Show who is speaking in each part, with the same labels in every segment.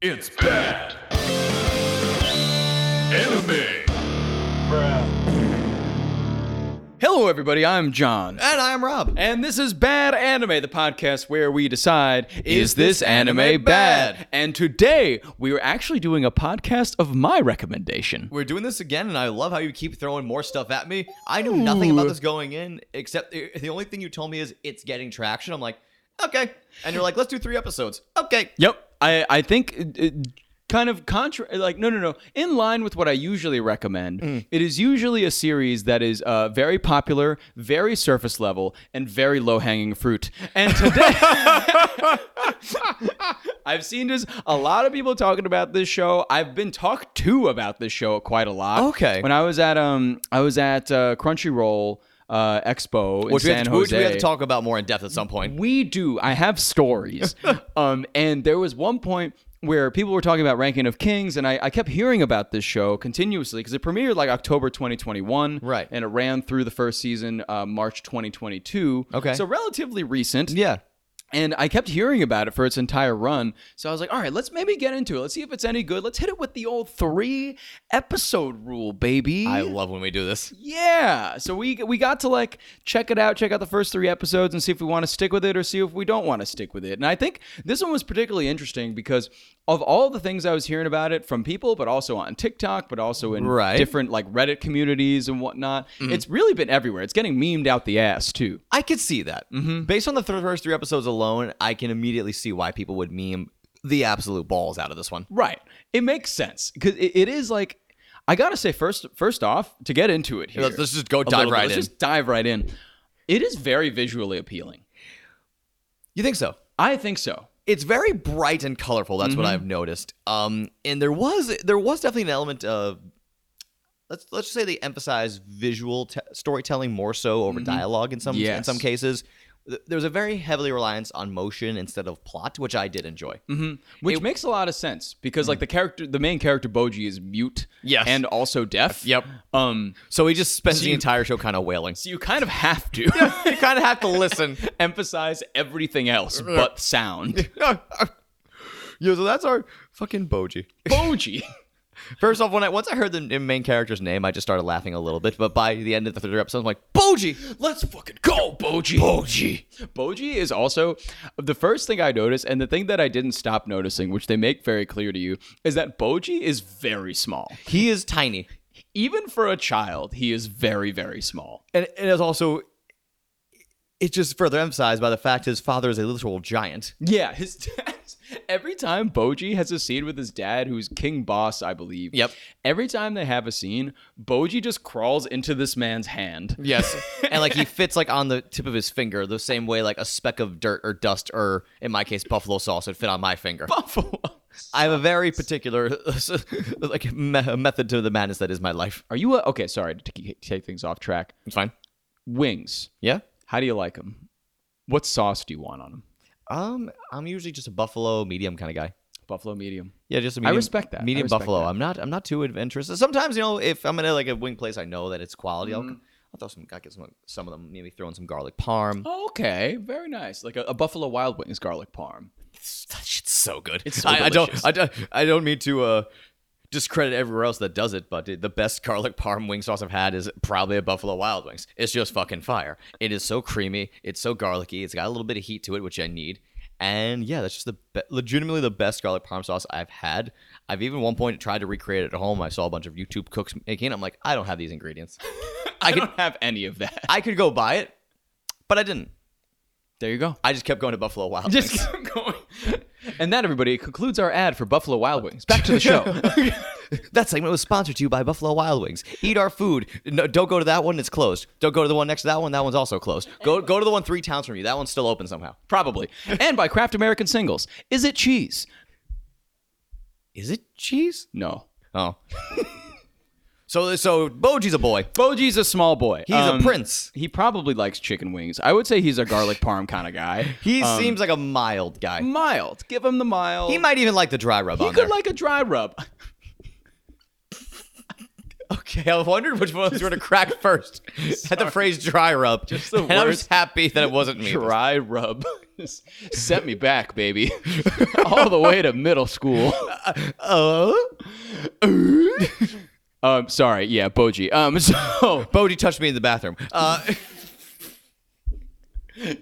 Speaker 1: It's bad. Enemy.
Speaker 2: Hello, everybody. I'm John.
Speaker 3: And I am Rob.
Speaker 2: And this is Bad Anime, the podcast where we decide is this anime
Speaker 3: anime
Speaker 2: bad?
Speaker 3: bad?
Speaker 2: And today we are actually doing a podcast of my recommendation.
Speaker 3: We're doing this again, and I love how you keep throwing more stuff at me. I knew nothing about this going in, except the the only thing you told me is it's getting traction. I'm like, okay. And you're like, let's do three episodes. Okay.
Speaker 2: Yep. I, I think it- it kind of contra like no no no in line with what I usually recommend.
Speaker 3: Mm.
Speaker 2: It is usually a series that is uh, very popular, very surface level, and very low hanging fruit. And today I've seen this a lot of people talking about this show. I've been talked to about this show quite a lot.
Speaker 3: Okay.
Speaker 2: When I was at um I was at uh, Crunchyroll uh, Expo in
Speaker 3: Which we,
Speaker 2: San
Speaker 3: have to,
Speaker 2: Jose.
Speaker 3: which we have to talk about more in depth at some point.
Speaker 2: We do. I have stories. um, and there was one point where people were talking about Ranking of Kings, and I, I kept hearing about this show continuously because it premiered like October 2021.
Speaker 3: Right.
Speaker 2: And it ran through the first season, uh, March 2022.
Speaker 3: Okay.
Speaker 2: So relatively recent.
Speaker 3: Yeah.
Speaker 2: And I kept hearing about it for its entire run. So I was like, all right, let's maybe get into it. Let's see if it's any good. Let's hit it with the old three episode rule, baby.
Speaker 3: I love when we do this.
Speaker 2: Yeah. So we we got to like check it out, check out the first three episodes, and see if we want to stick with it or see if we don't want to stick with it. And I think this one was particularly interesting because of all the things I was hearing about it from people, but also on TikTok, but also in
Speaker 3: Right. Mm-hmm.
Speaker 2: different like Reddit communities and whatnot. It's really been everywhere. It's getting memed out the ass too.
Speaker 3: I could see that. Mm-hmm. Based on the th- first three episodes alone, I can immediately see why people would meme the absolute balls out of this one.
Speaker 2: Right. It makes sense because it, it is like I gotta say first first off to get into it here.
Speaker 3: Let's, let's just go
Speaker 2: a
Speaker 3: dive
Speaker 2: little bit,
Speaker 3: right in.
Speaker 2: Let's just dive right in. It is very visually appealing.
Speaker 3: You think so?
Speaker 2: I think so.
Speaker 3: it's very bright and colorful. That's what I've noticed. Um, and there was there was definitely an element of let's let's just say they emphasize visual te- storytelling more so over dialogue in some in
Speaker 2: Yes.
Speaker 3: some cases. Th- There was a very heavily reliance on motion instead of plot, which I did enjoy.
Speaker 2: which makes a lot of sense because like the character the main character boji is mute
Speaker 3: Yes.
Speaker 2: and also deaf
Speaker 3: Yep.
Speaker 2: um
Speaker 3: So he just spends
Speaker 2: So
Speaker 3: the
Speaker 2: you-
Speaker 3: entire show kind of wailing.
Speaker 2: so you kind of have to
Speaker 3: you kind of have to listen.
Speaker 2: emphasize everything else but sound
Speaker 3: yeah, so that's our fucking Boji.
Speaker 2: boji
Speaker 3: First off, when I once I heard the n- main character's name, I just started laughing a little bit. But by the end of the third episode, I'm like, Boji,
Speaker 2: let's fucking go boji boji boji is also the first thing i noticed and the thing that i didn't stop noticing which they make very clear to you is that boji is very small
Speaker 3: he is tiny.
Speaker 2: even for a child he is very very small
Speaker 3: and, and it's also it's just further emphasized by the fact his father is a literal giant.
Speaker 2: Yeah, his dad. Every time Boji has a scene with his dad, who's King Boss, I believe.
Speaker 3: Yep.
Speaker 2: Every time they have a scene, Boji just crawls into this man's hand.
Speaker 3: Yes, and like he fits like on the tip of his finger, the same way like a speck of dirt or dust or in my case buffalo sauce would fit on my finger.
Speaker 2: Buffalo.
Speaker 3: I have a very particular like me- method to the madness that is my life.
Speaker 2: Are you a, okay? Sorry to t- take things off track.
Speaker 3: It's fine.
Speaker 2: Wings.
Speaker 3: Yeah.
Speaker 2: How do you like them? What sauce do you want on them?
Speaker 3: Um, I'm usually just a buffalo medium kind of guy.
Speaker 2: Buffalo medium.
Speaker 3: Yeah, just a
Speaker 2: I
Speaker 3: medium,
Speaker 2: respect that. I
Speaker 3: Medium
Speaker 2: respect
Speaker 3: buffalo.
Speaker 2: that.
Speaker 3: I'm not. I'm not too adventurous. Sometimes you know, if I'm in a, like a wing place, I know that it's quality. I'll, I'll throw some. I get some. Some of them. Maybe throw in some garlic parm.
Speaker 2: Okay, very nice. Like a, a Buffalo Wild Wings garlic parm.
Speaker 3: That shit's so good.
Speaker 2: It's so
Speaker 3: I, I
Speaker 2: delicious.
Speaker 3: don't. I don't. I don't mean to uh, discredit everywhere else that does it, but the- the best garlic parm wing sauce I've had is probably a Buffalo Wild Wings. It's just fucking fire. It is so creamy. It's so garlicky. It's got a little bit of heat to it, which I need. And yeah, that's just the be- legitimately the best garlic parm sauce I've had. I've even one point tried to recreate it at home. I saw a bunch of YouTube cooks making. it. I'm like, I don't have these ingredients.
Speaker 2: I, don't have any of that.
Speaker 3: I could go buy it, but I didn't.
Speaker 2: There you go.
Speaker 3: I just kept going to Buffalo Wild. Wings.
Speaker 2: Just keep going. And that, everybody, concludes our ad for Buffalo Wild Wings. Back to the show.
Speaker 3: That segment was sponsored to you by Buffalo Wild Wings. Eat our food. No, don't go to that one; it's closed. Don't go to the one next to that one; that one's also closed. Go go to the one three towns from you. That one's still open somehow.
Speaker 2: Probably. And by Kraft American Singles. Is it cheese?
Speaker 3: Is it cheese?
Speaker 2: No.
Speaker 3: Oh. so so Boji's a boy.
Speaker 2: Boji's a small boy. Um,
Speaker 3: He's a prince.
Speaker 2: He probably likes chicken wings. I would say he's a garlic parm kind of guy. Um,
Speaker 3: He seems like a mild guy.
Speaker 2: mild. Give him the mild.
Speaker 3: He might even like the dry rub
Speaker 2: He
Speaker 3: on
Speaker 2: could
Speaker 3: there.
Speaker 2: like a dry rub.
Speaker 3: Okay, I wondered which one was going to crack first. Had the phrase dry rub.
Speaker 2: Just the
Speaker 3: and I was
Speaker 2: worst.
Speaker 3: happy that it wasn't me.
Speaker 2: Dry rub. Sent me back, baby. All the way to middle school.
Speaker 3: Oh.
Speaker 2: Um, sorry, yeah, Boji. Um, so
Speaker 3: Bodie touched me in the bathroom. Uh,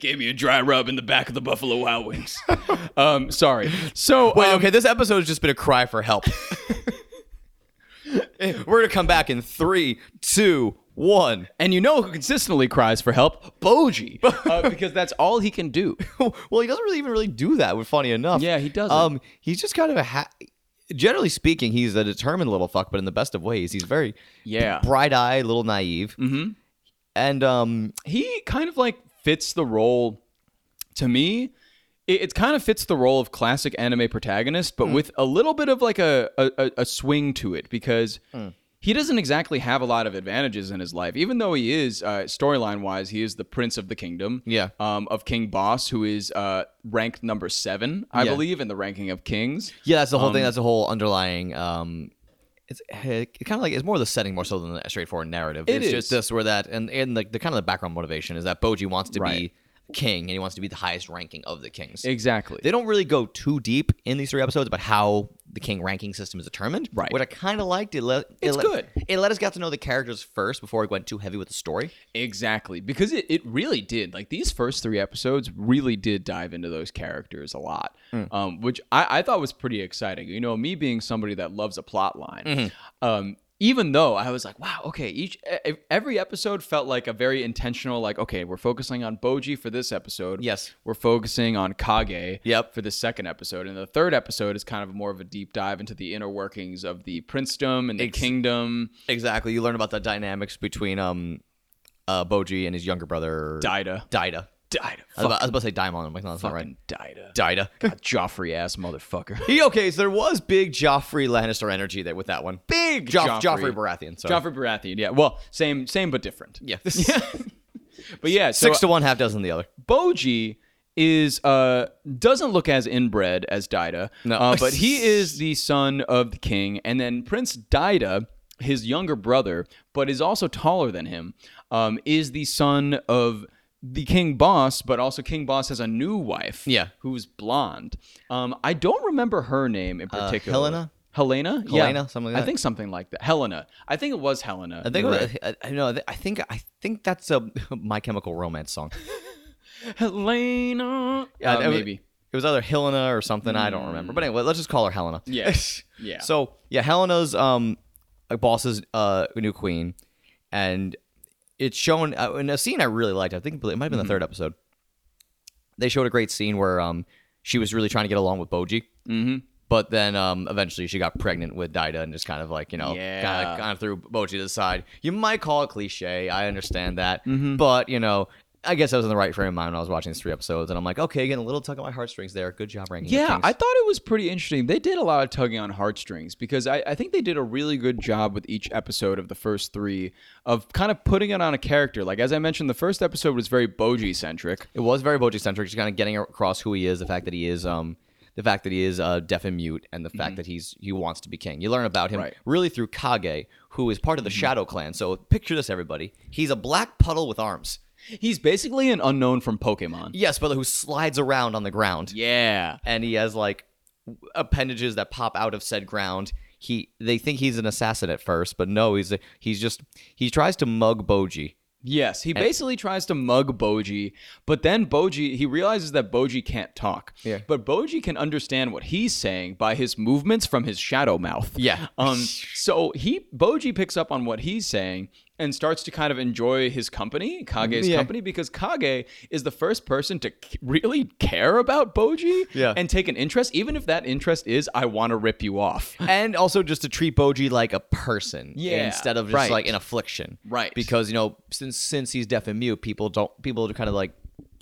Speaker 2: gave me a dry rub in the back of the Buffalo Wild Wings. um, sorry. So
Speaker 3: wait,
Speaker 2: um,
Speaker 3: okay, this episode has just been a cry for help. We're going to come back in three, two, one.
Speaker 2: and you know who consistently cries for help? Boji, uh, because that's all he can do.
Speaker 3: well, he doesn't really even really do that. But funny enough,
Speaker 2: Yeah, he doesn't.
Speaker 3: Um, he's just kind of a. Ha- Generally speaking, he's a determined little fuck, but in the best of ways, he's very
Speaker 2: Yeah.
Speaker 3: bright eyed, little naive, mm-hmm. and um,
Speaker 2: he kind of like fits the role to me it, it kind of fits the role of classic anime protagonist
Speaker 3: Hmm.
Speaker 2: but with a little bit of like a, a, a- a swing to it because
Speaker 3: Hmm.
Speaker 2: he doesn't exactly have a lot of advantages in his life even though he is uh, storyline wise he is the prince of the kingdom
Speaker 3: Yeah.
Speaker 2: um, of king boss who is uh, ranked number seven i
Speaker 3: Yeah.
Speaker 2: believe in the ranking of kings
Speaker 3: yeah, that's the whole thing. That's the whole underlying. Um, it's it, kind of like it's more the setting more so than the straightforward narrative.
Speaker 2: It
Speaker 3: it's just
Speaker 2: is.
Speaker 3: this or that, and and the, the kind of the background motivation is that Boji wants to
Speaker 2: Right.
Speaker 3: be king, and he wants to be the highest ranking of the kings.
Speaker 2: exactly
Speaker 3: They don't really go too deep in these three episodes about how the king ranking system is determined.
Speaker 2: Right.
Speaker 3: Which I kind of liked. It let, it
Speaker 2: It's
Speaker 3: let-
Speaker 2: good.
Speaker 3: It let us get to know the characters first before we went too heavy with the story.
Speaker 2: Exactly. Because it, it really did. Like these first three episodes really did dive into those characters a lot,
Speaker 3: Hmm.
Speaker 2: um, which I, I thought was pretty exciting. You know, me being somebody that loves a plot line.
Speaker 3: Mm-hmm.
Speaker 2: Um, even though I was like, wow, okay, each e- every episode felt like a very intentional, like, okay, we're focusing on Boji for this episode.
Speaker 3: Yes.
Speaker 2: We're focusing on Kage
Speaker 3: Yep.
Speaker 2: for the second episode. And the third episode is kind of more of a deep dive into the inner workings of the princedom and the kingdom.
Speaker 3: Exactly. You learn about the dynamics between um, uh, Boji and his younger brother
Speaker 2: Dida.
Speaker 3: Dida.
Speaker 2: Dida.
Speaker 3: I was, about, I was about to say Daimon. I'm like, no, that's not right.
Speaker 2: Fucking Dida.
Speaker 3: Dida.
Speaker 2: God, Joffrey ass motherfucker.
Speaker 3: He okay. So there was big Joffrey Lannister energy there with that one. Big Joff-
Speaker 2: Joffrey.
Speaker 3: Joffrey. Baratheon. Sorry.
Speaker 2: Joffrey Baratheon. Yeah. Well, same, same but different.
Speaker 3: Yeah.
Speaker 2: But yeah, so
Speaker 3: Six to one, half dozen the other.
Speaker 2: Boji is uh doesn't look as inbred as Dida.
Speaker 3: No.
Speaker 2: Uh, but he is the son of the king, and then Prince Dida, his younger brother, but is also taller than him, um, is the son of the king boss, but also King Boss has a new wife.
Speaker 3: Yeah.
Speaker 2: Who's blonde. Um, I don't remember her name in particular.
Speaker 3: Uh, Helena?
Speaker 2: Helena?
Speaker 3: Helena, something like
Speaker 2: I
Speaker 3: that.
Speaker 2: think something like that. Helena. I think it was Helena.
Speaker 3: I think I, I know. I think I think that's a My Chemical Romance song.
Speaker 2: Helena.
Speaker 3: Yeah,
Speaker 2: Uh,
Speaker 3: it was-
Speaker 2: maybe.
Speaker 3: It was either Helena or something. I don't remember. But anyway, let's just call her Helena.
Speaker 2: Yes. Yeah.
Speaker 3: So yeah, Helena's um boss's uh new queen, and it's shown uh, in a scene I really liked. I think it might have been
Speaker 2: Mm-hmm.
Speaker 3: the third episode. They showed a great scene where um she was really trying to get along with Boji. Mm-hmm. But then um, eventually she got pregnant with Dida and just kind of like, you know, kind,
Speaker 2: Yeah.
Speaker 3: of, kind of threw Boji to the side. You might call it cliche. I understand that.
Speaker 2: Mm-hmm.
Speaker 3: But, you know, I guess I was in the right frame of mind when I was watching these three episodes. And I'm like, okay, getting a little tug on my heartstrings there. Good job ranking. the
Speaker 2: Yeah,
Speaker 3: kings.
Speaker 2: I thought it was pretty interesting. They did a lot of tugging on heartstrings because I, I think they did a really good job with each episode of the first three of kind of putting it on a character. Like as I mentioned, the first episode was very Boji centric.
Speaker 3: It was very Boji centric, just kind of getting across who he is, the fact that he is um the fact that he is uh, deaf and mute, and the fact that he's he wants to be king. You learn about him
Speaker 2: Mm-hmm. Right. Mm-hmm.
Speaker 3: really through Kage, who is part of the Shadow Clan. So picture this, everybody: he's a black puddle with arms.
Speaker 2: He's basically an unknown from Pokemon.
Speaker 3: Yes, but who slides around on the ground,
Speaker 2: Yeah.
Speaker 3: and he has like appendages that pop out of said ground. He they think he's an assassin at first, but no, he's a, he's just he tries to mug Boji.
Speaker 2: Yes,
Speaker 3: Eh.
Speaker 2: he basically tries to mug Boji, but then Boji he realizes that Boji can't talk.
Speaker 3: Yeah.
Speaker 2: But Boji can understand what he's saying by his movements from his shadow mouth.
Speaker 3: Yeah.
Speaker 2: Um so he Boji picks up on what he's saying and starts to kind of enjoy his company, Kage's
Speaker 3: Yeah.
Speaker 2: company because Kage is the first person to c- really care about Boji
Speaker 3: Yeah.
Speaker 2: and take an interest even if that interest is I want to rip you off.
Speaker 3: and also just to treat Boji like a person,
Speaker 2: Yeah,
Speaker 3: instead of just
Speaker 2: right.
Speaker 3: like an affliction,
Speaker 2: Right.
Speaker 3: Because you know, since since he's deaf and mute, people don't people kind of like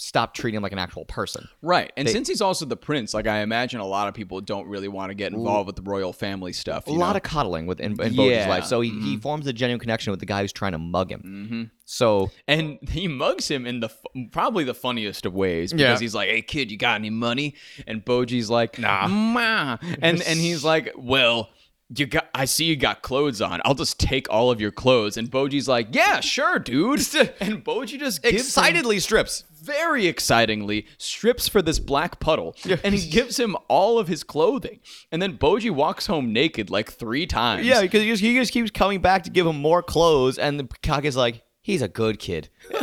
Speaker 3: stop treating him like an actual person.
Speaker 2: Right. And since he's also the prince, like I imagine a lot of people don't really want to get involved with the royal family stuff.
Speaker 3: A lot of coddling with in, in
Speaker 2: Yeah.
Speaker 3: Boji's life, so he, he forms a genuine connection with the guy who's trying to mug him. Mm-hmm. So
Speaker 2: and he mugs him in the f- probably the funniest of ways because
Speaker 3: Yeah.
Speaker 2: he's like, "Hey kid, you got any money?" And Boji's like, "Nah." And and he's like, "Well, you got I see you got clothes on. I'll just take all of your clothes. And Boji's like, Yeah, sure, dude. and Boji just gives him-
Speaker 3: Excitedly strips.
Speaker 2: very excitingly strips for this black puddle and he gives him all of his clothing. And then Boji walks home naked like three times.
Speaker 3: Yeah, because he just, he just keeps coming back to give him more clothes, and the cock is like, he's a good kid.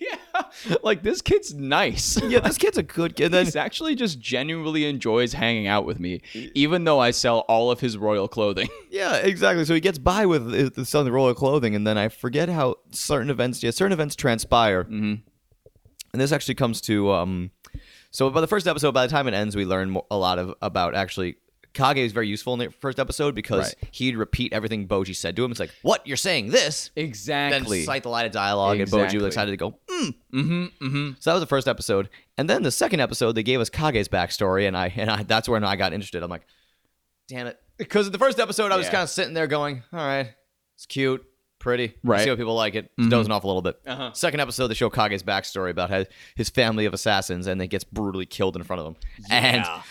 Speaker 2: yeah. Like this kid's nice.
Speaker 3: Yeah, this kid's a good kid. And
Speaker 2: He's
Speaker 3: then
Speaker 2: actually just genuinely enjoys hanging out with me, even though I sell all of his royal clothing.
Speaker 3: yeah, exactly. So he gets by with the- the selling the roll of clothing, and then I forget how certain events yeah certain events transpire. Mm-hmm. And this actually comes to um, so by the first episode, by the time it ends, we learn mo- a lot of about actually. Kage is very useful in the first episode because
Speaker 2: Right.
Speaker 3: he'd repeat everything Boji said to him. It's like, "What you're saying this?"
Speaker 2: Exactly.
Speaker 3: Then cite the line of dialogue, and Boji
Speaker 2: Exactly.
Speaker 3: was excited to go, mm. mm-hmm, mm-hmm. So that was the first episode, and then the second episode they gave us Kage's backstory, and I and I, that's when I got interested. I'm like, damn it, because the first episode I was
Speaker 2: Yeah.
Speaker 3: kind of sitting there going, all right, it's cute, pretty, I
Speaker 2: Right. Mm-hmm.
Speaker 3: see how people like it, it's dozing off a little bit.
Speaker 2: Uh-huh.
Speaker 3: Second episode they show Kage's backstory about his, his family of assassins, and then gets brutally killed in front of them,
Speaker 2: Yeah.
Speaker 3: and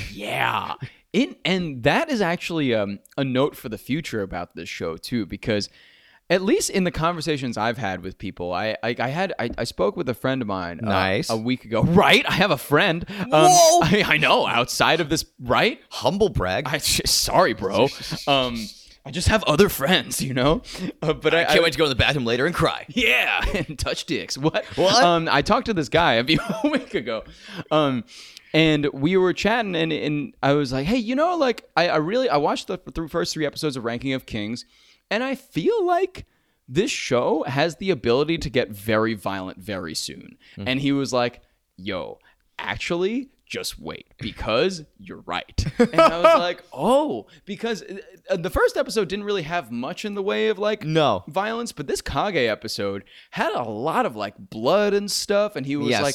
Speaker 3: and
Speaker 2: Yeah. It, and that is actually um, a note for the future about this show too, because at least in the conversations I've had with people, I I, I had I, I spoke with a friend of mine uh,
Speaker 3: Nice.
Speaker 2: a week ago. Right, I have a friend. Um,
Speaker 3: Whoa!
Speaker 2: I, I know. Outside of this, right?
Speaker 3: humble brag.
Speaker 2: I sorry, bro. Um, I just have other friends, you know. Uh, but I,
Speaker 3: I can't wait to go to the bathroom later and cry.
Speaker 2: yeah, and touch dicks. What?
Speaker 3: What?
Speaker 2: Um, I talked to this guy a, few, a week ago, um, and we were chatting, and and I was like, hey, you know, like I, I really I watched the through first three episodes of Ranking of Kings, and I feel like this show has the ability to get very violent very soon.
Speaker 3: Hmm.
Speaker 2: And he was like, yo, actually. Just wait because you're right. And I was like, oh, because uh, uh, the first episode didn't really have much in the way of like
Speaker 3: No,
Speaker 2: violence, but this Kage episode had a lot of like blood and stuff, and he was
Speaker 3: Yes.
Speaker 2: like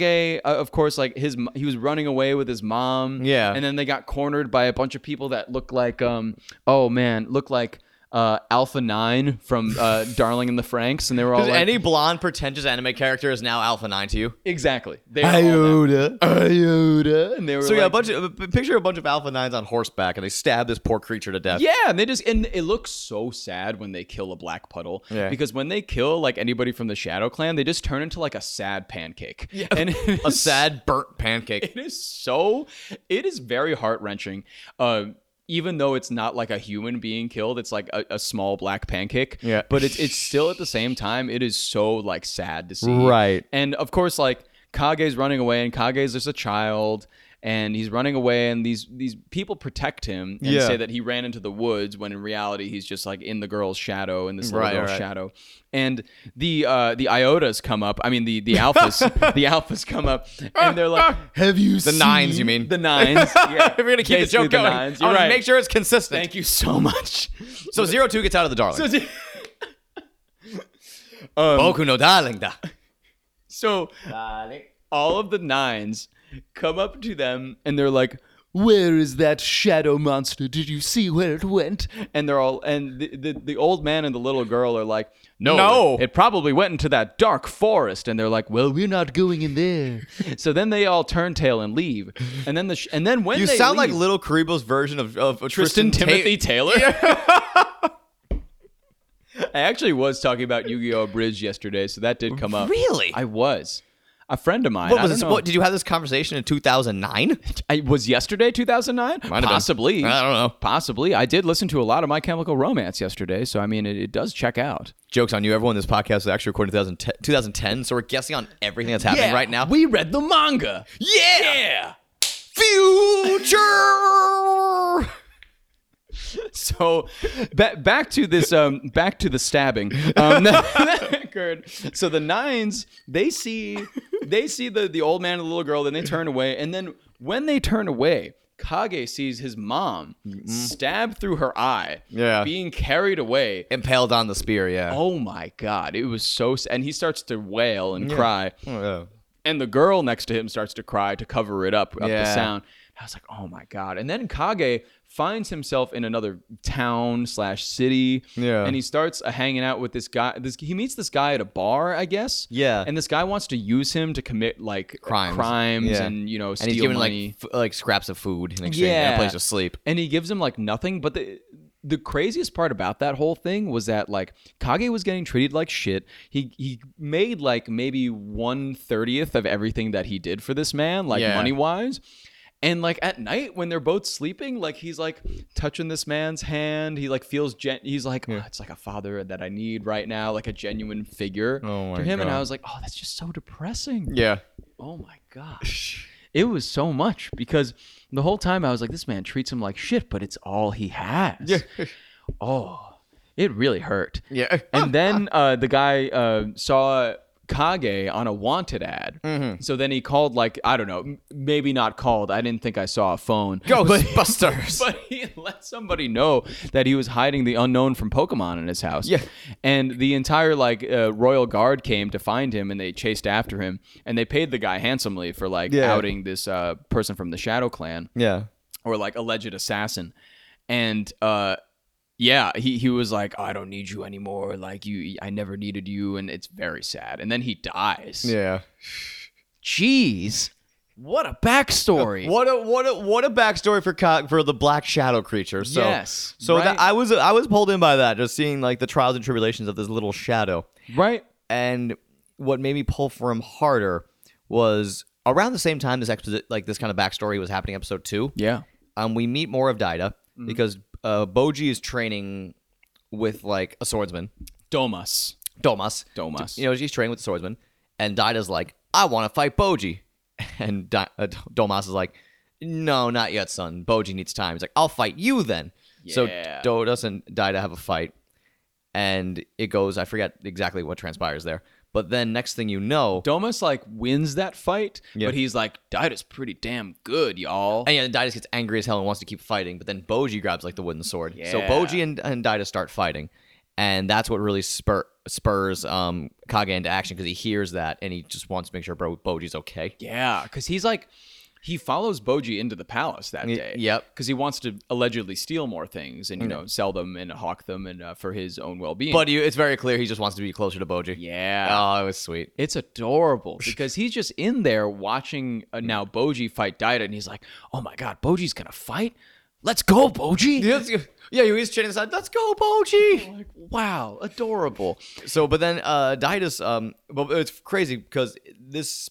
Speaker 2: Kage, uh, of course, like his m- he was running away with his mom,
Speaker 3: Yeah.
Speaker 2: and then they got cornered by a bunch of people that looked like um oh man, looked like uh Alpha Nine from uh Darling in the Franks, and they were all
Speaker 3: Because
Speaker 2: like,
Speaker 3: any blonde pretentious anime character is now Alpha 9 to you.
Speaker 2: exactly, they were all that.
Speaker 3: Iota.
Speaker 2: and they were
Speaker 3: So yeah, a
Speaker 2: like-
Speaker 3: bunch of uh, p- picture a bunch of alpha nines on horseback, and they stab this poor creature to death.
Speaker 2: Yeah, and they just and it looks so sad when they kill a black puddle
Speaker 3: Yeah.
Speaker 2: because when they kill like anybody from the Shadow Clan, they just turn into like a sad pancake. Yeah, and
Speaker 3: A sad burnt pancake.
Speaker 2: it is so it is very heart-wrenching um even though it's not like a human being killed it's like a, a small black pancake
Speaker 3: Yeah.
Speaker 2: but it's it's still at the same time it is so like sad to see
Speaker 3: Right.
Speaker 2: and of course like kage's running away and kage's just a child and he's running away and these these people protect him and
Speaker 3: Yeah.
Speaker 2: say that he ran into the woods when in reality he's just like in the girl's shadow in this little
Speaker 3: Right,
Speaker 2: girl's
Speaker 3: right.
Speaker 2: shadow and the uh the iotas come up i mean the the alphas the alphas come up and they're like
Speaker 3: Have you the nines? You mean
Speaker 2: the nines. Yeah.
Speaker 3: if you're gonna keep the
Speaker 2: Basically
Speaker 3: joke going,
Speaker 2: nines.
Speaker 3: I
Speaker 2: You're
Speaker 3: wanna
Speaker 2: right.
Speaker 3: make sure it's consistent.
Speaker 2: Thank you so much.
Speaker 3: So zero two gets out of the darling.
Speaker 2: So,
Speaker 3: Boku no darling da.
Speaker 2: Um, so all of the nines come up to them and they're like, "Where is that shadow monster? Did you see where it went?" And they're all and the the, the old man and the little girl are like, "No,
Speaker 3: No.
Speaker 2: it probably went into that dark forest." And they're like, "Well, we're not going in there." so then they all turn tail and leave. And then the sh- and then when
Speaker 3: You
Speaker 2: they
Speaker 3: sound like
Speaker 2: leave,
Speaker 3: Little Karibo's version of, of
Speaker 2: Tristan,
Speaker 3: Tristan,
Speaker 2: Timothy
Speaker 3: Ta-
Speaker 2: Taylor. I actually was talking about Yu-Gi-Oh! Bridge yesterday, so that did come up.
Speaker 3: Really?
Speaker 2: I was. A friend of mine.
Speaker 3: what
Speaker 2: I
Speaker 3: was
Speaker 2: don't
Speaker 3: this?
Speaker 2: know-
Speaker 3: What, did you have this conversation in 2009?
Speaker 2: I, was yesterday 2009?
Speaker 3: Might have been. Ah.
Speaker 2: Possibly.
Speaker 3: I don't know.
Speaker 2: Possibly. I did listen to a lot of My Chemical Romance yesterday, so I mean, it, it does check out.
Speaker 3: Jokes on you, everyone. This podcast is actually recorded in 2010, 2010, so we're guessing on everything that's happening right now.
Speaker 2: we read the manga.
Speaker 3: Yeah. Future.
Speaker 2: So, ba- back to this, um, back to the stabbing um, that, that occurred. So the nines, they see, they see the the old man and the little girl. Then they turn away, and then when they turn away, Kage sees his mom stabbed through her eye,
Speaker 3: Mm-hmm. Yeah.
Speaker 2: being carried away.
Speaker 3: Impaled on the spear, yeah.
Speaker 2: Oh my god, it was so. s- And he starts to wail and cry,
Speaker 3: yeah.
Speaker 2: and the girl next to him starts to cry to cover it up, up the
Speaker 3: Yeah.
Speaker 2: sound. I was like, oh my god! And then Kage finds himself in another town slash city,
Speaker 3: Yeah.
Speaker 2: and he starts uh, hanging out with this guy. This he meets this guy at a bar, I guess.
Speaker 3: Yeah.
Speaker 2: and this guy wants to use him to commit like
Speaker 3: Crimes.
Speaker 2: crimes
Speaker 3: Yeah.
Speaker 2: and you know
Speaker 3: And
Speaker 2: steal
Speaker 3: he's given
Speaker 2: money.
Speaker 3: like f- like scraps of food in exchange and
Speaker 2: Yeah.
Speaker 3: a place to sleep.
Speaker 2: and he gives him like nothing, but the the craziest part about that whole thing was that like Kage was getting treated like shit. He he made like maybe one thirtieth of everything that he did for this man, like
Speaker 3: Yeah.
Speaker 2: money wise. And like at night when they're both sleeping, like he's like touching this man's hand. He like feels gen- he's like "Ah, it's like a father that I need right now, like a genuine figure
Speaker 3: Oh
Speaker 2: to
Speaker 3: my
Speaker 2: him. And I
Speaker 3: God.
Speaker 2: was like, oh, that's just so depressing.
Speaker 3: Yeah.
Speaker 2: Oh my gosh. It was so much because the whole time I was like, this man treats him like shit, but it's all he has. Oh, it really hurt.
Speaker 3: Yeah.
Speaker 2: And then uh, the guy uh, saw Kage on a wanted ad.
Speaker 3: Mm-hmm.
Speaker 2: So then he called, like, I don't know, m- maybe not called. I didn't think I saw a phone.
Speaker 3: Ghostbusters.
Speaker 2: But he let somebody know that he was hiding the unknown from Pokemon in his house.
Speaker 3: Yeah.
Speaker 2: And the entire like uh, royal guard came to find him, and they chased after him, and they paid the guy handsomely for like
Speaker 3: Yeah.
Speaker 2: outing this uh, person from the Shadow Clan
Speaker 3: yeah.
Speaker 2: or like alleged assassin, and uh. Yeah, he, he was like, I don't need you anymore. Like you, I never needed you, and it's very sad. And then he dies.
Speaker 3: Yeah.
Speaker 2: Jeez, what a backstory.
Speaker 3: What a what a what a backstory for Ka- for the black shadow creature. So
Speaker 2: Yes,
Speaker 3: So
Speaker 2: right.
Speaker 3: that I was I was pulled in by that just seeing like the trials and tribulations of this little shadow.
Speaker 2: Right?
Speaker 3: And what made me pull for him harder was around the same time this expo- like this kind of backstory was happening episode 2.
Speaker 2: Yeah.
Speaker 3: Um we meet more of Dida because uh Boji is training with like a swordsman,
Speaker 2: Domas.
Speaker 3: Domas.
Speaker 2: Domas.
Speaker 3: You know, she's training with the swordsman, and Dida's like, I want to fight Boji. And Di- uh, Domas is like, No, not yet, son. Boji needs time. He's like, I'll fight you then. So
Speaker 2: Yeah.
Speaker 3: Dodas and Dida have a fight, and it goes, I forget exactly what transpires there. But then next thing you know,
Speaker 2: Domas like wins that fight,
Speaker 3: Yeah.
Speaker 2: but he's like, Dida's pretty damn good, y'all.
Speaker 3: and yeah, Didas gets angry as hell and wants to keep fighting, but then Boji grabs like the wooden sword. So
Speaker 2: Yeah.
Speaker 3: Boji and, and Dida start fighting. And that's what really spur, spurs um, Kage into action because he hears that and he just wants to make sure Bro Boji's okay.
Speaker 2: yeah, because he's like, he follows Boji into the palace that
Speaker 3: Y-
Speaker 2: day.
Speaker 3: yep. Mm-hmm.
Speaker 2: Because he wants to allegedly steal more things and, you know, sell them and hawk them and uh, for his own well being.
Speaker 3: But you, it's very clear he just wants to be closer to Boji.
Speaker 2: yeah.
Speaker 3: Oh, it was sweet.
Speaker 2: It's adorable because he's just in there watching
Speaker 3: Mm.
Speaker 2: uh, now Boji fight Dida, and he's like, "Oh my God, Boji's gonna fight! Let's go, Boji!"
Speaker 3: yeah, he was chatting aside. Let's go, Boji.
Speaker 2: Like, wow, adorable.
Speaker 3: So, but then uh Didus, um, but it's crazy because this,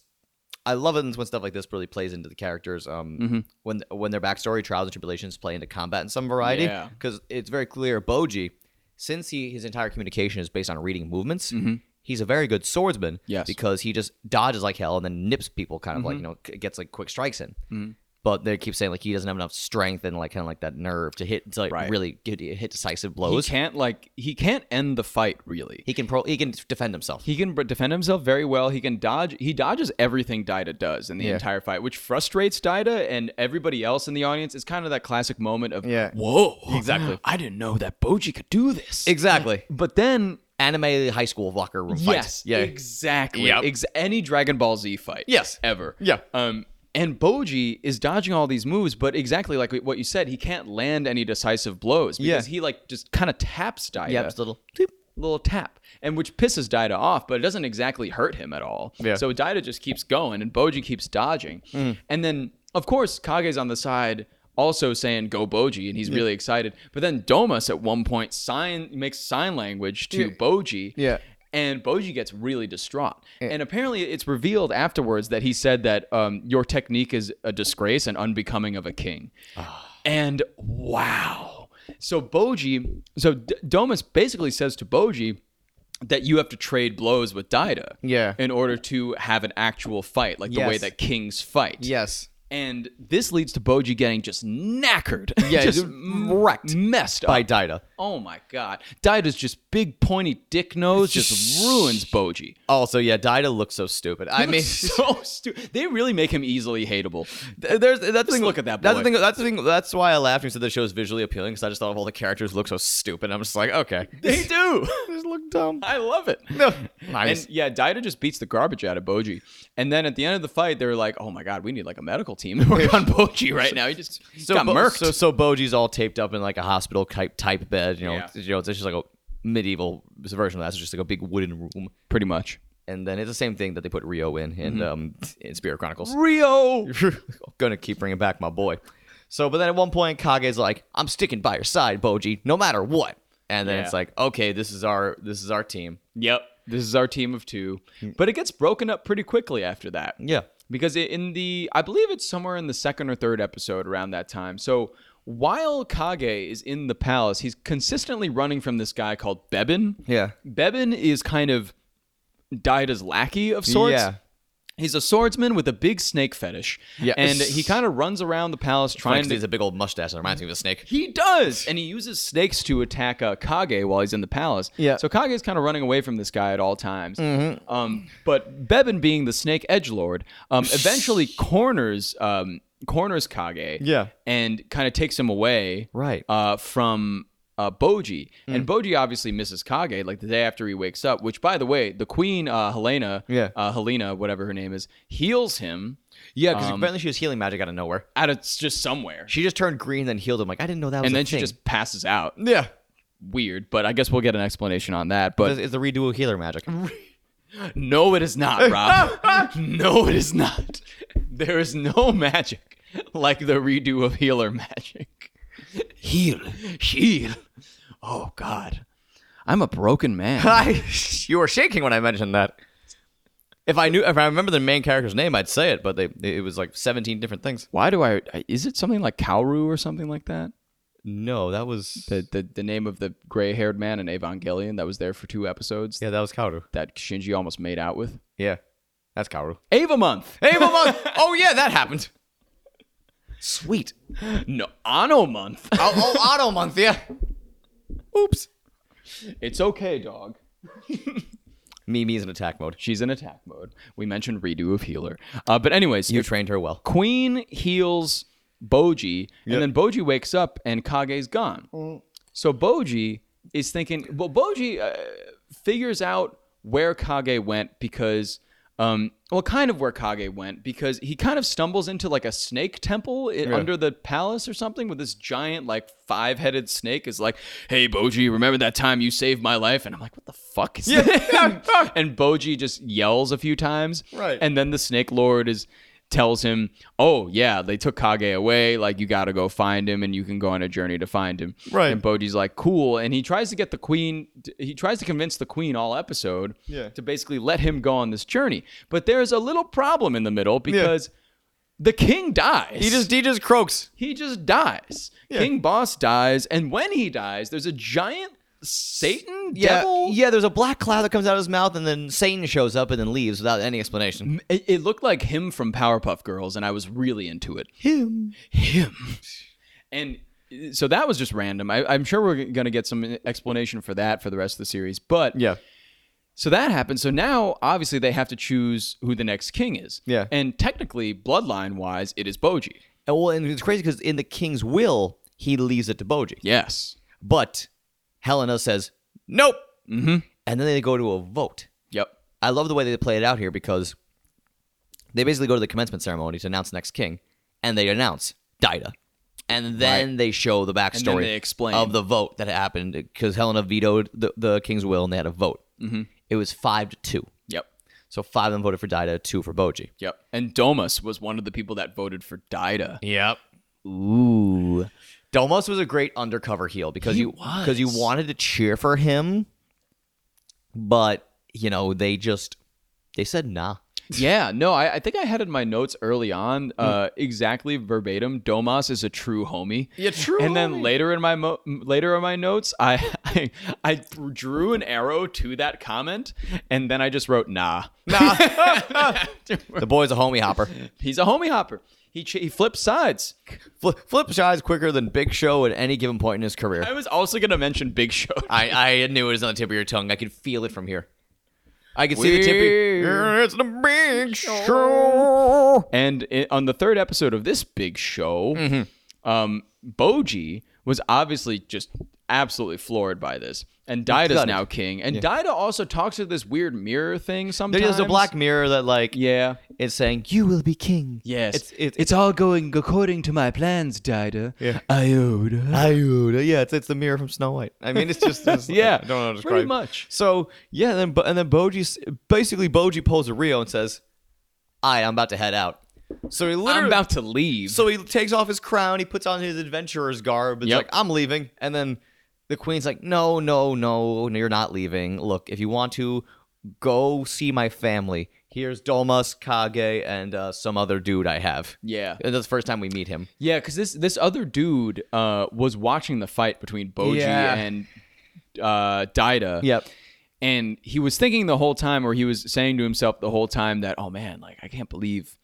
Speaker 3: I love it when stuff like this really plays into the characters. Um,
Speaker 2: Mm-hmm.
Speaker 3: when when their backstory, trials and tribulations play into combat in some variety.
Speaker 2: Yeah.
Speaker 3: Because it's very clear, Boji, since he his entire communication is based on reading movements. He's a very good swordsman
Speaker 2: Mm-hmm. Yes. Mm-hmm.
Speaker 3: because he just dodges like hell and then nips people, kind of like you know c- gets like quick strikes in. But they keep saying like he doesn't have enough strength and like kind of like that nerve to hit to like
Speaker 2: Right.
Speaker 3: really get, hit decisive
Speaker 2: He
Speaker 3: blows. He can,
Speaker 2: can't like he can't end the fight really.
Speaker 3: he can pro he can defend himself.
Speaker 2: He can b- defend himself very well. He can dodge. He dodges everything Dida does in the
Speaker 3: Yeah.
Speaker 2: entire fight, which frustrates Dida and everybody else in the audience. It's kind of that classic moment of,
Speaker 3: Yeah.
Speaker 2: whoa,
Speaker 3: Exactly.
Speaker 2: I didn't know that Boji could do this.
Speaker 3: Exactly.
Speaker 2: but then,
Speaker 3: Anime high school locker room fight.
Speaker 2: yes,
Speaker 3: Yeah.
Speaker 2: exactly.
Speaker 3: Yep.
Speaker 2: Ex- any Dragon Ball Z fight,
Speaker 3: Yes.
Speaker 2: ever,
Speaker 3: Yeah.
Speaker 2: Um, and Boji is dodging all these moves, but exactly like what you said, he can't land any decisive blows because
Speaker 3: Yeah.
Speaker 2: he like just kind of taps Dida
Speaker 3: yeah. Just little.
Speaker 2: little tap, and which pisses Dida off, but it doesn't exactly hurt him at all.
Speaker 3: Yeah. Mm.
Speaker 2: So Dida just keeps going, and Boji keeps dodging, and then of course Kage's on the side also saying "Go Boji," and he's really excited. But then Domas at one point sign makes sign language to Boji.
Speaker 3: Yeah.
Speaker 2: And Boji gets really distraught. And apparently, it's revealed afterwards that he said that um, your technique is a disgrace and unbecoming of a king. And wow. So Boji, so D- Domus basically says to Boji that you have to trade blows with Dida.
Speaker 3: Yeah.
Speaker 2: In order to have an actual fight, like the way
Speaker 3: Yes.
Speaker 2: that kings fight.
Speaker 3: Yes.
Speaker 2: And this leads to Boji getting just knackered.
Speaker 3: Yeah,
Speaker 2: just
Speaker 3: dude,
Speaker 2: wrecked. Messed
Speaker 3: By
Speaker 2: up.
Speaker 3: Dida.
Speaker 2: Oh my god. Dida's just big pointy dick nose just ruins Boji.
Speaker 3: Also, yeah, Dida looks so stupid. I mean,
Speaker 2: so stupid. They really make him easily hateable.
Speaker 3: th- there's that's the thing.
Speaker 2: look at that
Speaker 3: That's the
Speaker 2: boy.
Speaker 3: thing. That's the thing. That's why I laughed when you said the show is visually appealing because I just thought of all the characters look so stupid. I'm just like, okay,
Speaker 2: They do.
Speaker 3: just look dumb.
Speaker 2: I love it.
Speaker 3: No. Nice.
Speaker 2: And yeah, Dida just beats the garbage out of Boji. And then at the end of the fight, they're like, "Oh my god, we need like a medical team to work on Boji right now." He just got
Speaker 3: Bo-
Speaker 2: murked.
Speaker 3: So, so Boji's all taped up in like a hospital type type bed. You know,
Speaker 2: Yeah.
Speaker 3: you know, it's just like a medieval version of that. It's just like a big wooden room.
Speaker 2: pretty much.
Speaker 3: And then it's the same thing that they put
Speaker 2: Mm-hmm.
Speaker 3: Rio in in um in Spirit Chronicles.
Speaker 2: Rio.
Speaker 3: gonna keep bringing back my boy. So, but then at one point, Kage's like, "I'm sticking by your side, Boji, no matter what." And then
Speaker 2: Yeah.
Speaker 3: it's like, "Okay, this is our this is our team."
Speaker 2: Yep. This is our team of two.
Speaker 3: Mm.
Speaker 2: But it gets broken up pretty quickly after that.
Speaker 3: Yeah.
Speaker 2: Because i- in the, I believe it's somewhere in the second or third episode around that time. So while Kage is in the palace, he's consistently running from this guy called Bebin.
Speaker 3: Yeah.
Speaker 2: Bebin is kind of Daida's lackey of sorts.
Speaker 3: Yeah.
Speaker 2: He's a swordsman with a big snake fetish.
Speaker 3: Yeah.
Speaker 2: And he kind of runs around the palace trying
Speaker 3: Because
Speaker 2: to
Speaker 3: he's a big old mustache that reminds me of a snake.
Speaker 2: he does, and he uses snakes to attack uh, Kage while he's in the palace.
Speaker 3: Yeah. Mm-hmm.
Speaker 2: So Kage is kind of running away from this guy at all times. Um, but Bebin, being the snake edge lord, um, eventually corners um, corners Kage.
Speaker 3: Yeah.
Speaker 2: And kind of takes him away.
Speaker 3: Right. Mm.
Speaker 2: Uh, from uh, Boji, and Boji obviously misses Kage like the day after he wakes up. Which, by the way, the queen uh, Helena,
Speaker 3: Yeah.
Speaker 2: uh, Helena, whatever her name is, heals him
Speaker 3: Yeah, because apparently she was healing magic out of nowhere.
Speaker 2: out of just somewhere,
Speaker 3: She just turned green, then healed him. Like I didn't know that. was
Speaker 2: and
Speaker 3: a
Speaker 2: then she
Speaker 3: thing.
Speaker 2: just passes out.
Speaker 3: yeah.
Speaker 2: weird, but I guess we'll get an explanation on that. But
Speaker 3: It's the redo of healer magic.
Speaker 2: no, it is not, Rob. no, it is not. There is no magic like the redo of healer magic. Heal, heal. Oh God, I'm a broken man.
Speaker 3: I, you were shaking when I mentioned that. If I knew, if I remember the main character's name, I'd say it. But they, it was like seventeen different things.
Speaker 2: Why do I? Is it something like Kaoru or something like that?
Speaker 3: No, that was
Speaker 2: The the, the name of the gray haired man in Evangelion that was there for two episodes
Speaker 3: yeah, that was Kaoru.
Speaker 2: that Shinji almost made out with.
Speaker 3: Yeah, that's Kaoru.
Speaker 2: Ava month.
Speaker 3: Hey, Mama! oh yeah, that happened. Sweet.
Speaker 2: No, Ano month.
Speaker 3: Oh, oh Auto Month. Yeah. Oops.
Speaker 2: It's okay, dog.
Speaker 3: Mimi's in attack mode.
Speaker 2: She's in attack mode. We mentioned redo of healer. Uh, but anyways,
Speaker 3: You trained her well.
Speaker 2: Queen heals Boji,
Speaker 3: Yep.
Speaker 2: and then Boji wakes up and Kage's gone. So Boji is thinking. Well, Boji uh, figures out where Kage went because. Um, well, kind of where Kage went because he kind of stumbles into like a snake temple i- under the palace or something with this giant like five-headed snake. Is like, hey Boji, remember that time you saved my life? And I'm like, what the fuck is that? and Boji just yells a few times,
Speaker 3: Right.
Speaker 2: and then the snake lord is tells him, "Oh yeah, they took Kage away. Like you got to go find him, and you can go on a journey to find him."
Speaker 3: Right.
Speaker 2: And Boji's like, "Cool," and he tries to get the queen. He tries to convince the queen all episode
Speaker 3: Yeah.
Speaker 2: to basically let him go on this journey. But there's a little problem in the middle because the king dies.
Speaker 3: He just, he just croaks.
Speaker 2: he just dies.
Speaker 3: Yeah.
Speaker 2: King Boss dies, and when he dies, there's a giant Satan devil.
Speaker 3: yeah. There's a black cloud that comes out of his mouth, and then Satan shows up and then leaves without any explanation.
Speaker 2: It, it looked like him from Powerpuff Girls, and I was really into it.
Speaker 3: Him.
Speaker 2: him. And uh, so that was just random. I, I'm sure we're going to get some explanation for that for the rest of the series. But
Speaker 3: Yeah.
Speaker 2: so that happened. So now, obviously, they have to choose who the next king is.
Speaker 3: Yeah.
Speaker 2: And technically, bloodline wise, it is Boji.
Speaker 3: And well, and it's crazy because in the king's will, he leaves it to Boji.
Speaker 2: Yes.
Speaker 3: But Helena says, nope. Mm-hmm. And then they go to a vote.
Speaker 2: Yep.
Speaker 3: I love the way they play it out here because they basically go to the commencement ceremony to announce the next king, and they announce Dida. And then they show the backstory
Speaker 2: they explain.
Speaker 3: of the vote that happened because Helena vetoed the, the king's will and they had a vote. Mm-hmm. It was five to two.
Speaker 2: Yep.
Speaker 3: So five of them voted for Dida, two for Boji.
Speaker 2: Yep. And Domus was one of the people that voted for Dida.
Speaker 3: Yep. Ooh. Domus was a great undercover heel because
Speaker 2: He
Speaker 3: you because you
Speaker 2: was.
Speaker 3: wanted to cheer for him, but you know they just they said nah.
Speaker 2: yeah. No, I, I think I had in my notes early on
Speaker 3: Hmm.
Speaker 2: uh, exactly verbatim. Domas is a true homie.
Speaker 3: Yeah, true
Speaker 2: And then later in my mo- later in my notes, I, I I drew an arrow to that comment, and then I just wrote nah.
Speaker 3: The boy's a homie hopper.
Speaker 2: He's a homie hopper. He ch- he flips sides.
Speaker 3: Flip, flip sides quicker than Big Show at any given point in his
Speaker 2: I
Speaker 3: career.
Speaker 2: was also gonna mention Big Show.
Speaker 3: I, I knew it was on the tip of your tongue. I could feel it from here. I could see the tip. Of
Speaker 2: Weird.
Speaker 3: your, it's the Big Show.
Speaker 2: And i on the third episode of this Big Show, um, Boji was obviously just absolutely floored by this. And Dida's
Speaker 3: Gutted.
Speaker 2: now king. And Dida also talks to this weird mirror thing sometimes.
Speaker 3: There's a black mirror that like
Speaker 2: Yeah.
Speaker 3: is saying you will be king.
Speaker 2: Yes.
Speaker 3: It's it's, it's
Speaker 2: It's all going according to my plans, Dida.
Speaker 3: Yeah.
Speaker 2: Iota.
Speaker 3: Iota. Yeah, it's it's the mirror from Snow White. I mean, it's just it's-
Speaker 2: Yeah,
Speaker 3: I don't know how to describe.
Speaker 2: pretty
Speaker 3: it.
Speaker 2: much.
Speaker 3: So yeah, then Bo- and then Boji s- basically Boji pulls a Rio and says, "I, I'm about to head out." So he
Speaker 2: I'm
Speaker 3: literally
Speaker 2: about to leave.
Speaker 3: So he takes off his crown, he puts on his adventurer's garb, and
Speaker 2: Yep.
Speaker 3: he's like, I'm leaving. And then the queen's like, No, no, no, no, you're not leaving. Look, if you want to, go see my family. Here's Dolmas, Kage, and uh, some other dude I have.
Speaker 2: yeah.
Speaker 3: And that's the first time we meet him.
Speaker 2: Yeah, because this this other dude uh, was watching the fight between Boji
Speaker 3: Yeah.
Speaker 2: and uh, Dida.
Speaker 3: Yep.
Speaker 2: And he was thinking the whole time, or he was saying to himself the whole time that, oh man, like I can't believe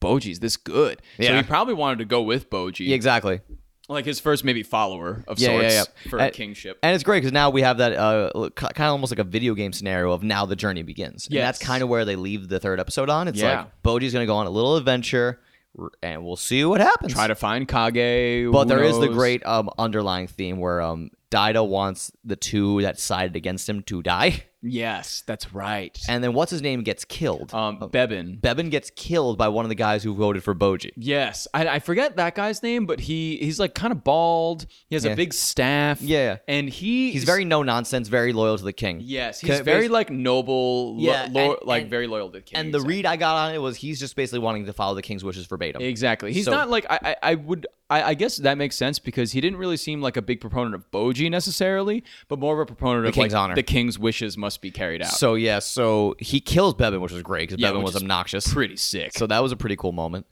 Speaker 2: Boji's this good. So
Speaker 3: Yeah.
Speaker 2: he probably wanted to go with Boji,
Speaker 3: Yeah, exactly.
Speaker 2: like his first maybe follower of
Speaker 3: Yeah, yeah,
Speaker 2: sorts
Speaker 3: yeah.
Speaker 2: for
Speaker 3: Uh,
Speaker 2: kingship.
Speaker 3: And it's great because now we have that uh, kind of almost like a video game scenario of now the journey begins. Yeah,
Speaker 2: Yes.
Speaker 3: that's kind of where they leave the third episode on. It's
Speaker 2: Yeah.
Speaker 3: like Boji's going to go on a little adventure, r- and we'll see what happens.
Speaker 2: Try to find Kage.
Speaker 3: But there is the great um, underlying theme where um, Dida wants the two that sided against him to die,
Speaker 2: Yes, that's right.
Speaker 3: and Oh. then what's his name gets killed.
Speaker 2: um, Bebin.
Speaker 3: Bebin gets killed by one of the guys who voted for Boji.
Speaker 2: Yes, I, I forget that guy's name, but he he's like kind of bald. He has a
Speaker 3: Yeah.
Speaker 2: big staff.
Speaker 3: Yeah.
Speaker 2: and he
Speaker 3: He's very no nonsense, very loyal to the king.
Speaker 2: yes, he's
Speaker 3: Ca-
Speaker 2: very
Speaker 3: bas-
Speaker 2: like noble. lo-
Speaker 3: Yeah,
Speaker 2: lo-
Speaker 3: and-
Speaker 2: like
Speaker 3: and-
Speaker 2: very loyal to the king.
Speaker 3: And the
Speaker 2: exactly.
Speaker 3: read I got on it was he's just basically wanting to follow the king's wishes verbatim.
Speaker 2: exactly he's
Speaker 3: So-
Speaker 2: not like I I, I would I, I guess that makes sense because he didn't really seem like a big proponent of Boji necessarily, but more of a proponent of
Speaker 3: king's
Speaker 2: like
Speaker 3: honor.
Speaker 2: the king's wishes must be carried out.
Speaker 3: So yeah, so he kills Bevin, which was great because
Speaker 2: Yeah,
Speaker 3: Bevin
Speaker 2: which
Speaker 3: was
Speaker 2: is
Speaker 3: obnoxious.
Speaker 2: Pretty sick.
Speaker 3: so that was a pretty cool moment.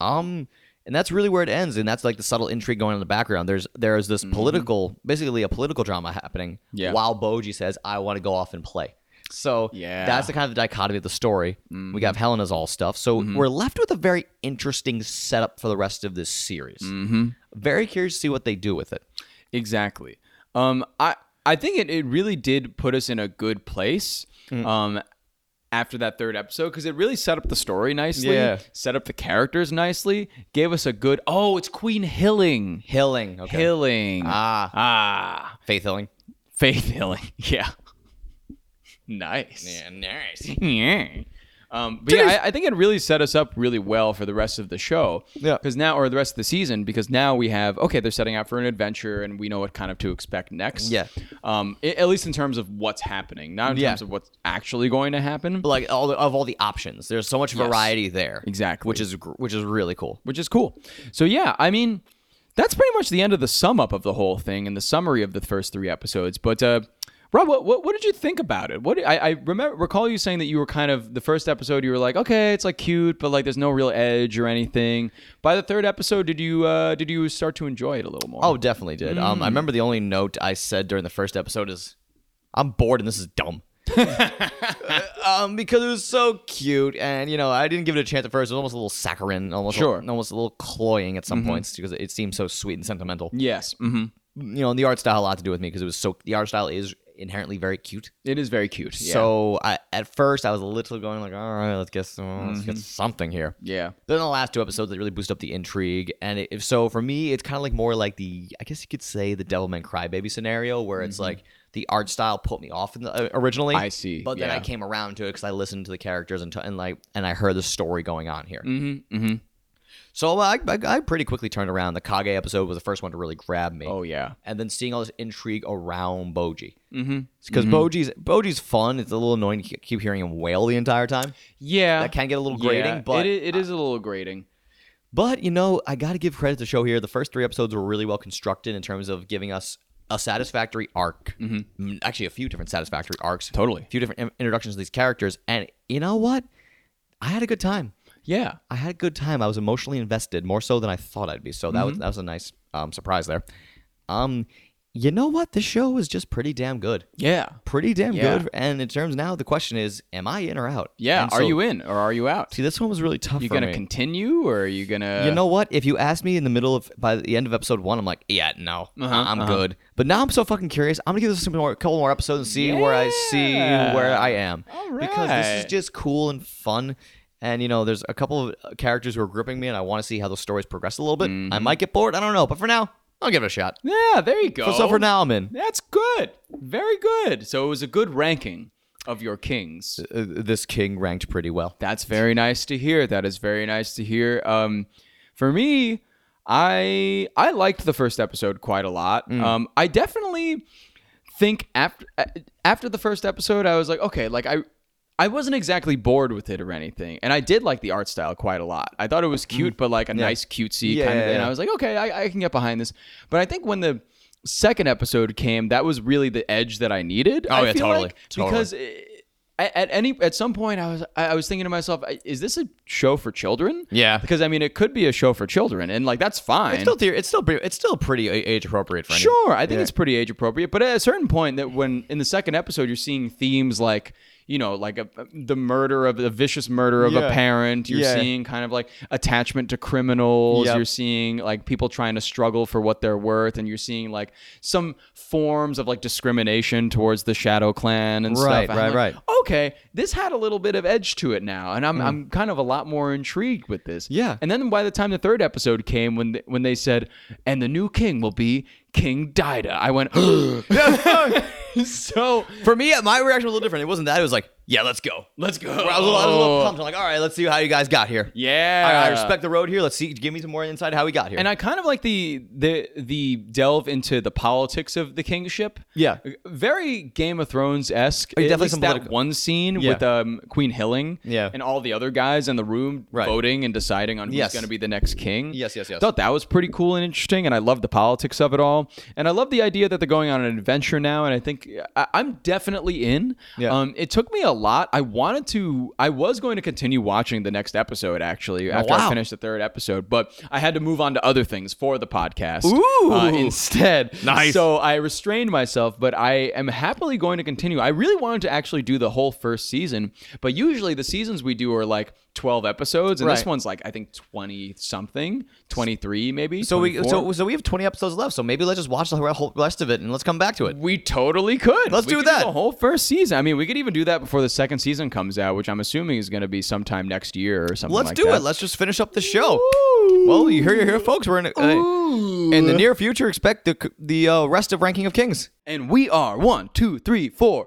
Speaker 3: Um, and that's really where it ends, and that's like the subtle intrigue going on in the background. There's there is this political, basically a political drama happening.
Speaker 2: Mm-hmm. Yeah.
Speaker 3: While Boji says, "I want to go off and play." So
Speaker 2: Yeah. Mm-hmm.
Speaker 3: that's the kind of dichotomy of the story. We got Helena's all stuff, so we're left with a very interesting setup for the rest of this series. Mm-hmm. Very curious to see what they do with it.
Speaker 2: Exactly. Um, I I think it, it really did put us in a good place.
Speaker 3: Mm.
Speaker 2: Um, after that third episode, because it really set up the story nicely,
Speaker 3: Yeah.
Speaker 2: set up the characters nicely, gave us a good. Oh, it's Queen Hilling.
Speaker 3: Hilling, okay,
Speaker 2: Hilling.
Speaker 3: ah,
Speaker 2: ah,
Speaker 3: Faith Hilling,
Speaker 2: Faith Hilling. Yeah. nice.
Speaker 3: nice,
Speaker 2: Yeah. Um, but yeah, I, I think it really set us up really well for the rest of the show.
Speaker 3: Yeah.
Speaker 2: Because now, or the rest of the season, because now we have okay, they're setting out for an adventure, and we know what kind of to expect next.
Speaker 3: Yeah.
Speaker 2: Um, i- at least in terms of what's happening, not in
Speaker 3: Yeah.
Speaker 2: terms of what's actually going to happen.
Speaker 3: like all the, of all the options. There's so much variety there,
Speaker 2: Exactly.
Speaker 3: which is gr- which is really cool.
Speaker 2: which is cool. So yeah, I mean, that's pretty much the end of the sum up of the whole thing and the summary of the first three episodes. But uh, Rob, what, what what did you think about it? What I, I remember recall you saying that you were kind of the first episode you were like, okay, it's like cute, but like there's no real edge or anything. By the third episode, did you uh, did you start to enjoy it a little more?
Speaker 3: Oh, definitely did. Um, I
Speaker 2: Mm.
Speaker 3: remember the only note I said during the first episode is, "I'm bored and this is dumb." um, because it was so cute, and you know, I didn't give it a chance at first. It was almost a little saccharine, almost
Speaker 2: Sure. Mm-hmm.
Speaker 3: almost a little cloying at some points because it seemed so sweet and sentimental.
Speaker 2: yes, hmm
Speaker 3: You know, and the art style had a lot to do with me because it was so. The art style is inherently very cute.
Speaker 2: it is very cute. Yeah.
Speaker 3: So I, at first, I was a little going like, "All right, let's get some, let's
Speaker 2: Mm-hmm.
Speaker 3: get something here."
Speaker 2: yeah,
Speaker 3: But in the last two episodes, that really boosted up the intrigue. And it, if so, for me, it's kind of like more like the, I guess you could say the Devilman Crybaby scenario, where it's like the art style put me off in the, uh, originally.
Speaker 2: Mm-hmm. I see,
Speaker 3: But then
Speaker 2: yeah.
Speaker 3: I came around to it because I listened to the characters and, t- and like, and I heard the story going on here.
Speaker 2: mm-hmm, mm-hmm.
Speaker 3: So uh, I, I, I pretty quickly turned around. The Kage episode was the first one to really grab me.
Speaker 2: oh yeah,
Speaker 3: And then seeing all this intrigue around Boji.
Speaker 2: mm-hmm.
Speaker 3: Because Boji's, Boji's fun. It's a little annoying to keep hearing him wail the entire time.
Speaker 2: yeah.
Speaker 3: That can get a little
Speaker 2: Yeah,
Speaker 3: grating, but
Speaker 2: it, i- it is a little grating.
Speaker 3: But you know, I got to give credit to the show here. The first three episodes were really well constructed in terms of giving us a satisfactory arc. Mm, Actually, a few different satisfactory arcs.
Speaker 2: Mm-hmm. Totally.
Speaker 3: A few different in- introductions to these characters, and you know what? I had a good time.
Speaker 2: Yeah.
Speaker 3: I had a good time. I was emotionally invested, more so than I thought I'd be. So that
Speaker 2: Mm-hmm.
Speaker 3: was that was a nice um, surprise there. Um, you know what? This show was just pretty damn good.
Speaker 2: Yeah.
Speaker 3: Pretty damn
Speaker 2: Yeah.
Speaker 3: good. And in terms now, the question is, am I in or out?
Speaker 2: Yeah.
Speaker 3: And
Speaker 2: are
Speaker 3: so-
Speaker 2: you in or are you out?
Speaker 3: See, this one was really tough.
Speaker 2: You
Speaker 3: for
Speaker 2: gonna
Speaker 3: me.
Speaker 2: continue or are you gonna?
Speaker 3: You know what? If you asked me in the middle of by the end of episode one, I'm like, yeah, no,
Speaker 2: Uh-huh,
Speaker 3: I- I'm good. But now I'm so fucking curious. I'm gonna give this some more, couple more episodes and see where I see
Speaker 2: Yeah.
Speaker 3: where I am
Speaker 2: All
Speaker 3: because this
Speaker 2: right.
Speaker 3: is just cool and fun. And you know, there's a couple of uh, characters who are gripping me, and I want to see how those stories progress a little bit. I
Speaker 2: Mm-hmm.
Speaker 3: might get bored. I don't know, but for now, I'll give it a shot.
Speaker 2: Yeah, there you go.
Speaker 3: So for now, I'm in.
Speaker 2: that's good. Very good. So it was a good ranking of your kings.
Speaker 3: Uh, this king ranked pretty well.
Speaker 2: That's very nice to hear. That is very nice to hear. Um, for me, I I liked the first episode quite a lot.
Speaker 3: Mm.
Speaker 2: Um, I definitely think after a- after the first episode, I was like, okay, like I I wasn't exactly bored with it or anything, and I did like the art style quite a lot. I thought it was cute, but like a nice cutesy
Speaker 3: Mm. Yeah,
Speaker 2: kind of.
Speaker 3: yeah,
Speaker 2: And
Speaker 3: yeah.
Speaker 2: I was like, okay, I, I can get behind this. But I think when the second episode came, that was really the edge that I needed.
Speaker 3: Oh,
Speaker 2: I
Speaker 3: yeah,
Speaker 2: feel
Speaker 3: totally,
Speaker 2: like,
Speaker 3: totally.
Speaker 2: because it- eh, at at any at some point, I was I I was thinking to myself, I- is this a show for children?
Speaker 3: Yeah.
Speaker 2: because I mean, it could be a show for children, and like that's fine.
Speaker 3: It's still, theory, it's still, pretty, it's still pretty age appropriate for anyone.
Speaker 2: Sure, I think it's pretty age appropriate. But at a certain point, that when in the second episode, you're seeing themes like you know, like a, the murder of the vicious murder of a
Speaker 3: Yeah.
Speaker 2: parent. You're
Speaker 3: Yeah.
Speaker 2: seeing kind of like attachment to criminals.
Speaker 3: Yep.
Speaker 2: You're seeing like people trying to struggle for what they're worth, and you're seeing like some forms of like discrimination towards the Shadow Clan and
Speaker 3: Right,
Speaker 2: stuff. And
Speaker 3: right,
Speaker 2: I'm like, Okay, this had a little bit of edge to it now, and I'm I'm kind of a lot more intrigued with this.
Speaker 3: Yeah.
Speaker 2: And then by the time the third episode came, when they, when they said, "And the new king will be King Dida," I went, "So
Speaker 3: For me, my reaction was a little different. It wasn't that. It was like, yeah, let's go. Let's go. I was, a little, I was a little pumped. I'm like, all right, let's see how you guys got here.
Speaker 2: yeah,
Speaker 3: I, I respect the road here. Let's see. Give me some more insight how we got here.
Speaker 2: And I kind of like the the the delve into the politics of the kingship.
Speaker 3: Yeah.
Speaker 2: very Game of Thrones esque.
Speaker 3: Like, definitely
Speaker 2: Definitely
Speaker 3: some
Speaker 2: that
Speaker 3: political-
Speaker 2: one scene
Speaker 3: Yeah.
Speaker 2: with um, Queen Hilling.
Speaker 3: Yeah.
Speaker 2: and all the other guys in the room
Speaker 3: Right.
Speaker 2: voting and deciding on who's
Speaker 3: Yes.
Speaker 2: going to be the next king.
Speaker 3: Yes, yes, yes.
Speaker 2: Thought that was pretty cool and interesting, and I love the politics of it all. And I love the idea that they're going on an adventure now, and I think I, I'm definitely in.
Speaker 3: Yeah.
Speaker 2: Um, it took me a lot. I wanted to. I was going to continue watching the next episode actually after I
Speaker 3: wow.
Speaker 2: finished the third episode, but I had to move on to other things for the podcast
Speaker 3: Ooh.
Speaker 2: uh, instead.
Speaker 3: Nice.
Speaker 2: So I restrained myself, but I am happily going to continue. I really wanted to actually do the whole first season, but usually the seasons we do are like 12 episodes, and this
Speaker 3: Right.
Speaker 2: one's like I think 20 something, 23 maybe.
Speaker 3: so we
Speaker 2: 24.
Speaker 3: so, so we have 20 episodes left. So maybe let's just watch the whole rest of it and let's come back to it.
Speaker 2: We totally could.
Speaker 3: Let's
Speaker 2: We
Speaker 3: do
Speaker 2: could
Speaker 3: that.
Speaker 2: the whole first season. I mean, we could even do that before the second season comes out, which I'm assuming is going to be sometime next year or something.
Speaker 3: Let's
Speaker 2: like
Speaker 3: do
Speaker 2: that.
Speaker 3: it. Let's just finish up the show.
Speaker 2: Ooh.
Speaker 3: Well, you hear you here, folks. We're in a,
Speaker 2: Ooh.
Speaker 3: in the near future. Expect the the uh, rest of Ranking of Kings.
Speaker 2: And we are one, two, three, four.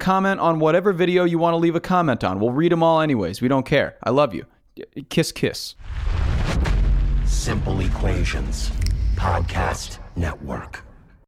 Speaker 2: comment on whatever video you want to leave a comment on. We'll read them all anyways. We don't care. I love you. Y- Kiss, kiss.
Speaker 1: Simple Equations Podcast Network.